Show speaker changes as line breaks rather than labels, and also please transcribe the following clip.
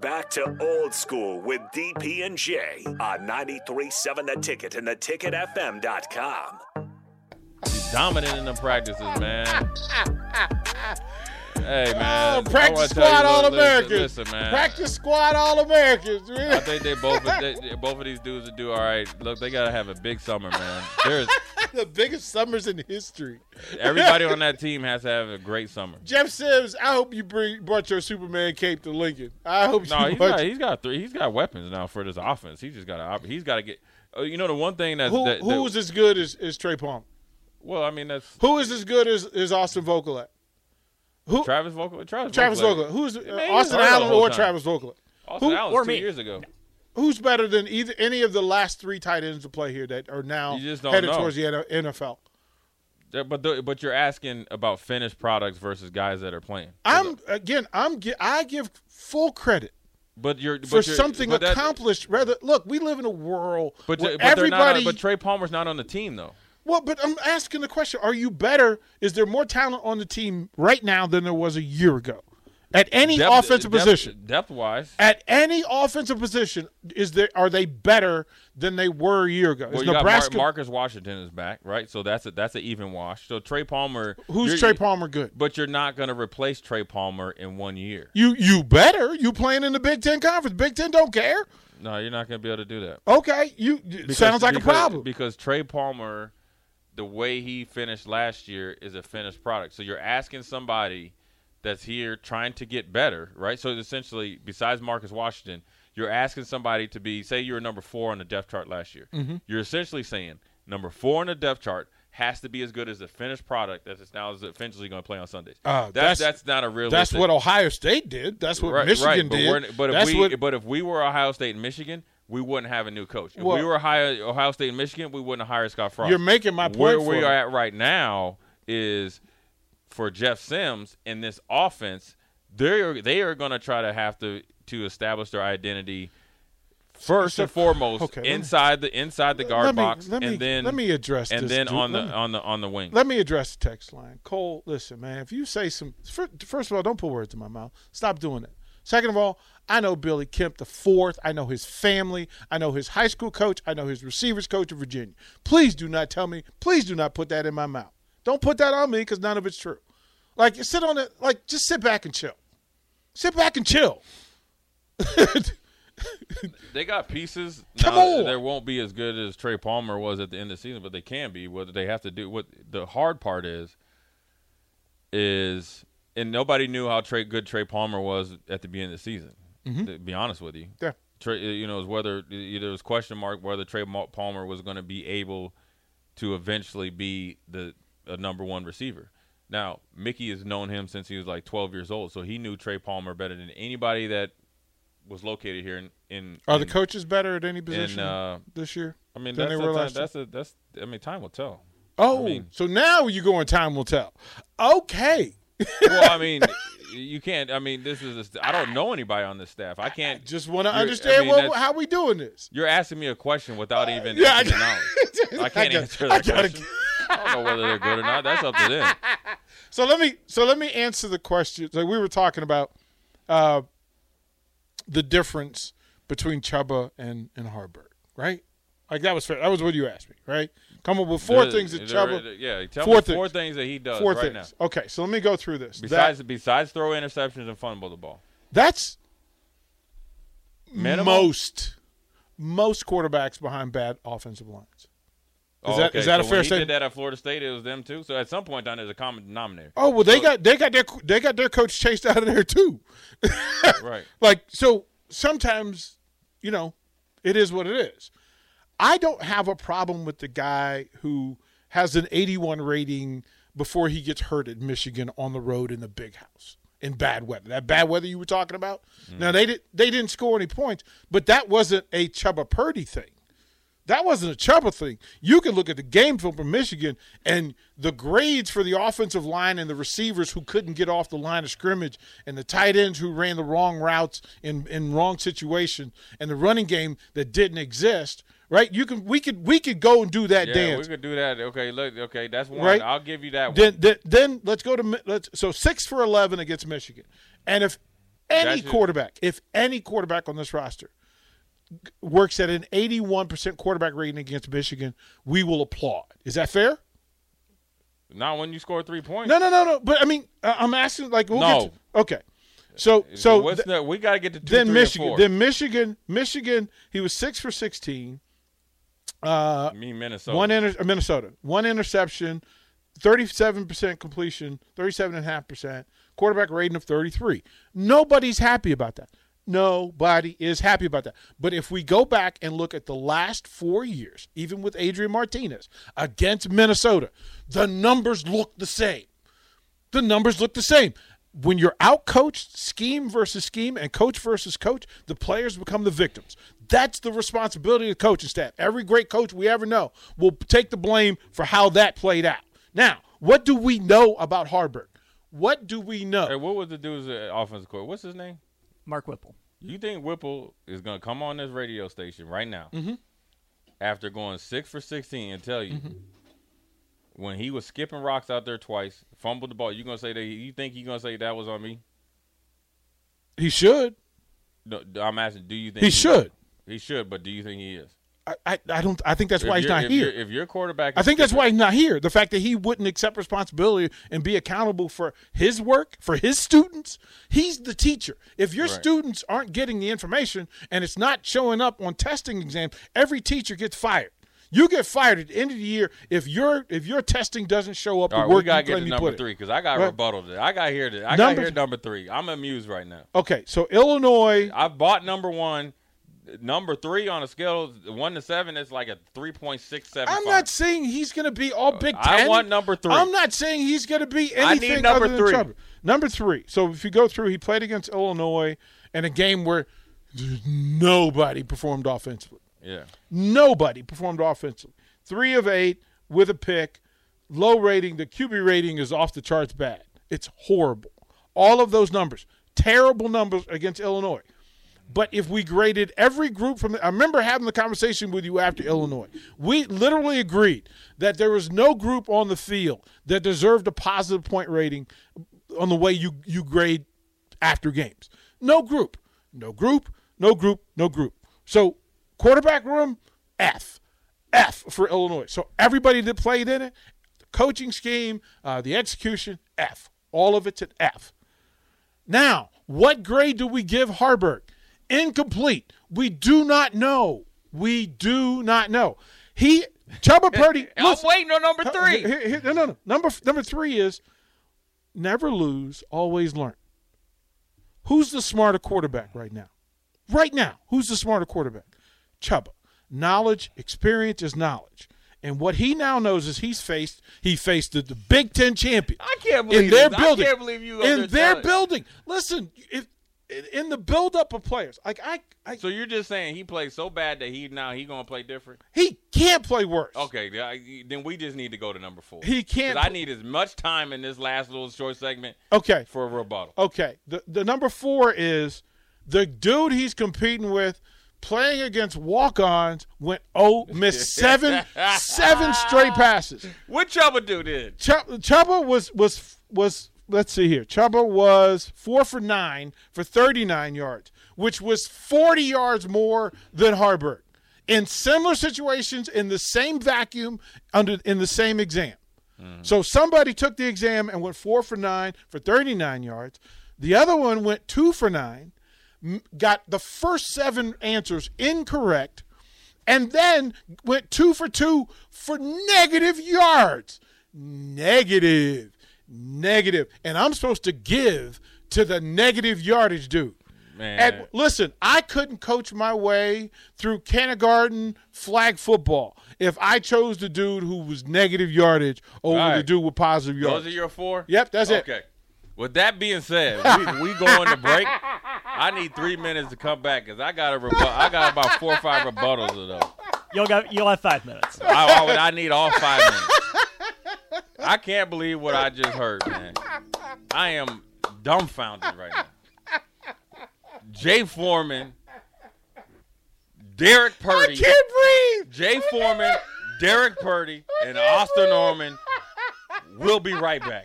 back to old school with DP and J on 937 the ticket and the ticketfm.com.
He's dominant in the practices, man. hey,
Oh,
man.
practice
I wanna tell you
squad
what,
All
listen-
Americans.
Listen, man.
Practice squad All Americans.
I think they both they, they- both of these dudes would do all right. Look, they gotta have a big summer, man. There's
the biggest summers in history.
everybody on that team has to have a great summer.
Jeff Sims, I hope you bring brought your Superman cape to Lincoln. I hope
No,
you
he's
brought
got, he's got three. He's got weapons now for this offense. He's just got to. op- He's got to get. Oh, you know the one thing that's
who
that, that-
who is as good as, as Trey Palm?
well, I mean that's
Who is as good as, as Austin Vogelak? Who
Travis Vogel. Travis,
Travis
Vogel.
Vogelak? Who's uh,
man, he was
Austin
hurt all the
Allen
whole
or
time.
Travis Vogelak?
Austin
Who-
Allen
or
two
me.
years ago.
Who's better than either any of the last three tight ends to play here that are now
You just don't
headed
know.
towards the NFL?
Yeah, But the, but you're asking about finished products versus guys that are playing.
I'm again. I'm. gi- I give full credit
But you're but
for
you're,
something
but that-
accomplished. Rather, look, we live in a world
But,
where
but they're not.
everybody.
on- But Trey Palmer's not on the team though.
well, but I'm asking the question: Are you better? Is there more talent on the team right now than there was a year ago? At any
Depth-
offensive
depth-
position,
Depth wise,
at any offensive position, is there are they better than they were a year ago?
well,
is
you
Nebraska
got Mar- Marcus Washington is back, right? So that's a that's an even wash. So Trey Palmer,
who's
you're-
Trey Palmer good?
But you're not going to replace Trey Palmer in one year.
You you better. You playing in the Big Ten conference. Big Ten don't care.
No, you're not going to be able to do that.
Okay, you
Because-
sounds like
because-
a problem.
Because Trey Palmer, the way he finished last year is a finished product. So you're asking somebody that's here trying to get better, right? So essentially, besides Marcus Washington, you're asking somebody to be, say, you were number four on the depth chart last year.
Mm-hmm.
You're essentially saying number four on the depth chart has to be as good as the finished product that is now is eventually going to play on Sundays.
Uh,
that's,
that's-
that's not a real.
That's what Ohio State did. That's what Michigan
but
did.
We're, but if
That's
we
what-
but if we were Ohio State and Michigan, we wouldn't have a new coach. If we
Well-
were Ohio, Ohio State and Michigan, we wouldn't hire Scott Frost.
You're making my point
Where
for
we
me.
are at right now is for Jeff Sims in this offense, they are they are going to try to have to to establish their identity first
So-
and foremost
okay, let me-
inside the inside the guard
let me-
box,
let me-
and then
let me address
and
this,
then
Drew.
on the uh,
Let me-
on the on the wing.
Let me address the text line. Cole, listen, man, if you say some, fir- first of all, don't put words in my mouth. Stop doing it. Second of all, I know Billy Kemp the fourth. I know his family. I know his high school coach. I know his receivers coach of Virginia. Please do not tell me. Please do not put that in my mouth. Don't put that on me because none of it's true. Like sit on it. Like just sit back and chill. Sit back and chill.
They got pieces.
Come
now,
on.
They won't be as good as Trey Palmer was at the end of the season, but they can be. What they have to do, what the hard part is, is and nobody knew how Trey, good Trey Palmer was at the beginning of the season.
Mm-hmm.
To be honest with you,
Yeah.
Trey, uh, you know, is whether there was question mark whether Trey Ma- Palmer was going to be able to eventually be the a number one receiver. Now, Mickey has known him since he was like 12 years old, so he knew Trey Palmer better than anybody that was located here in. in
Are the
in-
coaches better at any position
uh,
this year?
I mean,
than
that's
they
a
were
time,
last year?
that's a, that's. I mean, time will tell.
Oh,
mean-
so now you going time will tell. Okay.
Well, I mean, you can't. I mean, this is. I I don't know anybody on this staff. I can't.
Just want to
You're- I
understand
mean,
what-
that's-
how we doing this.
You're asking me a question without even
Uh, yeah, I-
even knowledge. I can't
got-
answer
I
that
gotta-
question. I don't know whether they're good or not. That's up to them.
So let me so let me answer the question. So we were talking about uh, the difference between Chuba and and Harburg, right? Like that was fair. That was what you asked me, right? Come up with four
There-
things that
there-
Chuba.
Yeah, tell
four
me
things.
four things that he does
Four
right
things.
now.
Okay, so let me go through this. That-
Besides, besides throw interceptions and fumble the ball.
that's
Minimum?
most most quarterbacks behind bad offensive lines.
Is
that- is that a fair
when he
statement?
did that at Florida State. It was them too. So at some point down there's a common denominator.
Oh well, they
So-
got they got their they got their coach chased out of there too.
right.
Like so sometimes, you know, it is what it is. I don't have a problem with the guy who has an 81 rating before he gets hurt at Michigan on the road in the big house in bad weather. That bad weather you were talking about. Now they did they didn't score any points, but that wasn't a Chuba Purdy thing. That wasn't a Chuba thing. You could look at the game film from Michigan and the grades for the offensive line and the receivers who couldn't get off the line of scrimmage and the tight ends who ran the wrong routes in, in wrong situation and the running game that didn't exist. Right? You can we could we could go and do that
Yeah,
dance.
we could do that. Okay, look. Okay, that's one.
Right.
I'll give you that one.
Then, then then let's go to Mi- let's so six for eleven against Michigan, and if any
That's-
quarterback, if any quarterback on this roster g- works at an 81% quarterback rating against Michigan, we will applaud. Is that fair?
Not when you score three points.
No, no, no, no. But I mean, I- I'm asking like we'll
No.
get to, okay. So so
what's
th-
the, we got to get to two,
then
three, or
Michigan,
four.
then Michigan, Michigan, he was 6 for 16. Uh
me Minnesota.
One inter- uh, Minnesota, one interception, thirty-seven percent completion, thirty-seven and a half percent quarterback rating of thirty-three. Nobody's happy about that. Nobody is happy about that. But if we go back and look at the last four years, even with Adrian Martinez against Minnesota, the numbers look the same the numbers look the same. When you're out coached, scheme versus scheme and coach versus coach, the players become the victims. That's the responsibility of the coaching staff. Every great coach we ever know will take the blame for how that played out. Now, what do we know about Harburg? What do we know?
Hey, what was the dude's uh, offensive court? What's his name?
Mark Whipple.
You think Whipple is going to come on this radio station right now
Mm-hmm.
after going six for 16 and tell you
Mm-hmm.
when he was skipping rocks out there twice, fumbled the ball, you going to say that you think he's going to say that was on me?
He should.
No, I'm asking, do you think
He should.
He should, but do you think he is?
I, I, I don't. I think that's why
If
he's
your-
not
if
here.
your- If your quarterback,
I
is
think that's
skipping-
why he's not here. The fact that he wouldn't accept responsibility and be accountable for his work, for his students. He's the teacher. If your
Right.
students aren't getting the information and it's not showing up on testing exams, every teacher gets fired. You get fired at the end of the year if your if your testing doesn't show up.
All
the
right,
work
we got to
you
get
claim
to
you
number
put
three
in.
because I got
Right.
rebuttal. To, I got here. To, I
Number
got here.
th-
Number three. I'm amused right now.
Okay, so Illinois.
I bought number one. Number three on a scale of one to seven is like a three point six seven. Uh,
I'm not saying he's going to be all Big
I
Ten.
want number three.
I'm not saying he's going to be
I need
anything
number
other than
three.
trouble. Number three. So if you go through, he played against Illinois in a game where nobody performed offensively.
Yeah.
Nobody performed offensively. Three of eight with a pick, low rating. The QB rating is off the charts bad. It's horrible. All of those numbers, terrible numbers against Illinois. But if we graded every group from, the, I remember having the conversation with you after Illinois. We literally agreed that there was no group on the field that deserved a positive point rating on the way you you grade after games. No group, no group, no group, no group. So quarterback room F, F for Illinois. So everybody that played in it, the coaching scheme, uh, the execution, F. All of it's an F. Now, what grade do we give Harburg? Incomplete. We do not know. We do not know. He Chuba Purdy. listen,
I'm waiting on number
here-
three.
here- here- no, no, no. Number number three is never lose, always learn. Who's the smarter quarterback right now? Right now, who's the smarter quarterback? Chuba. Knowledge, experience is knowledge. And what he now knows is he's faced he faced the, the Big Ten champion.
I can't believe
in their
this. I
building.
can't believe you
in
under-
their building. Listen, if in- in the buildup of players, like I, I
So you're just saying he played so bad that he now he gonna play different?
he can't play worse.
Okay, then I- then we just need to go to number four.
He can't
'Cause I
pl-
need as much time in this last little short segment
Okay.
for a rebuttal.
Okay. The the number four is the dude he's competing with playing against walk ons went oh missed seven seven straight passes.
What Chuba do then?
Chub, Chuba was was was let's see here. Chuba was four for nine for thirty nine yards, which was forty yards more than Harburg. In similar situations, in the same vacuum, under in the same exam. So somebody took the exam and went four for nine for 39 yards. The other one went two for nine, m- got the first seven answers incorrect, and then went two for two for negative yards. Negative. Negative. And I'm supposed to give to the negative yardage dude.
Man.
And listen, I couldn't coach my way through kindergarten flag football if I chose the dude who was negative yardage over
All right.
the dude with positive
Those
yardage.
are your four.
Yep, that's it.
Okay. With that being said, we, we going to break. I need three minutes to come back because I got a rebut- I got about four or five rebuttals of those.
You'll got you'll have five minutes.
I, I, would- I need all five minutes. I can't believe what I just heard, man. I am dumbfounded right now. Jay Foreman, Derek Purdy,
Can't breathe.
Jay Foreman, Derek Purdy, and Austin Norman will be right back.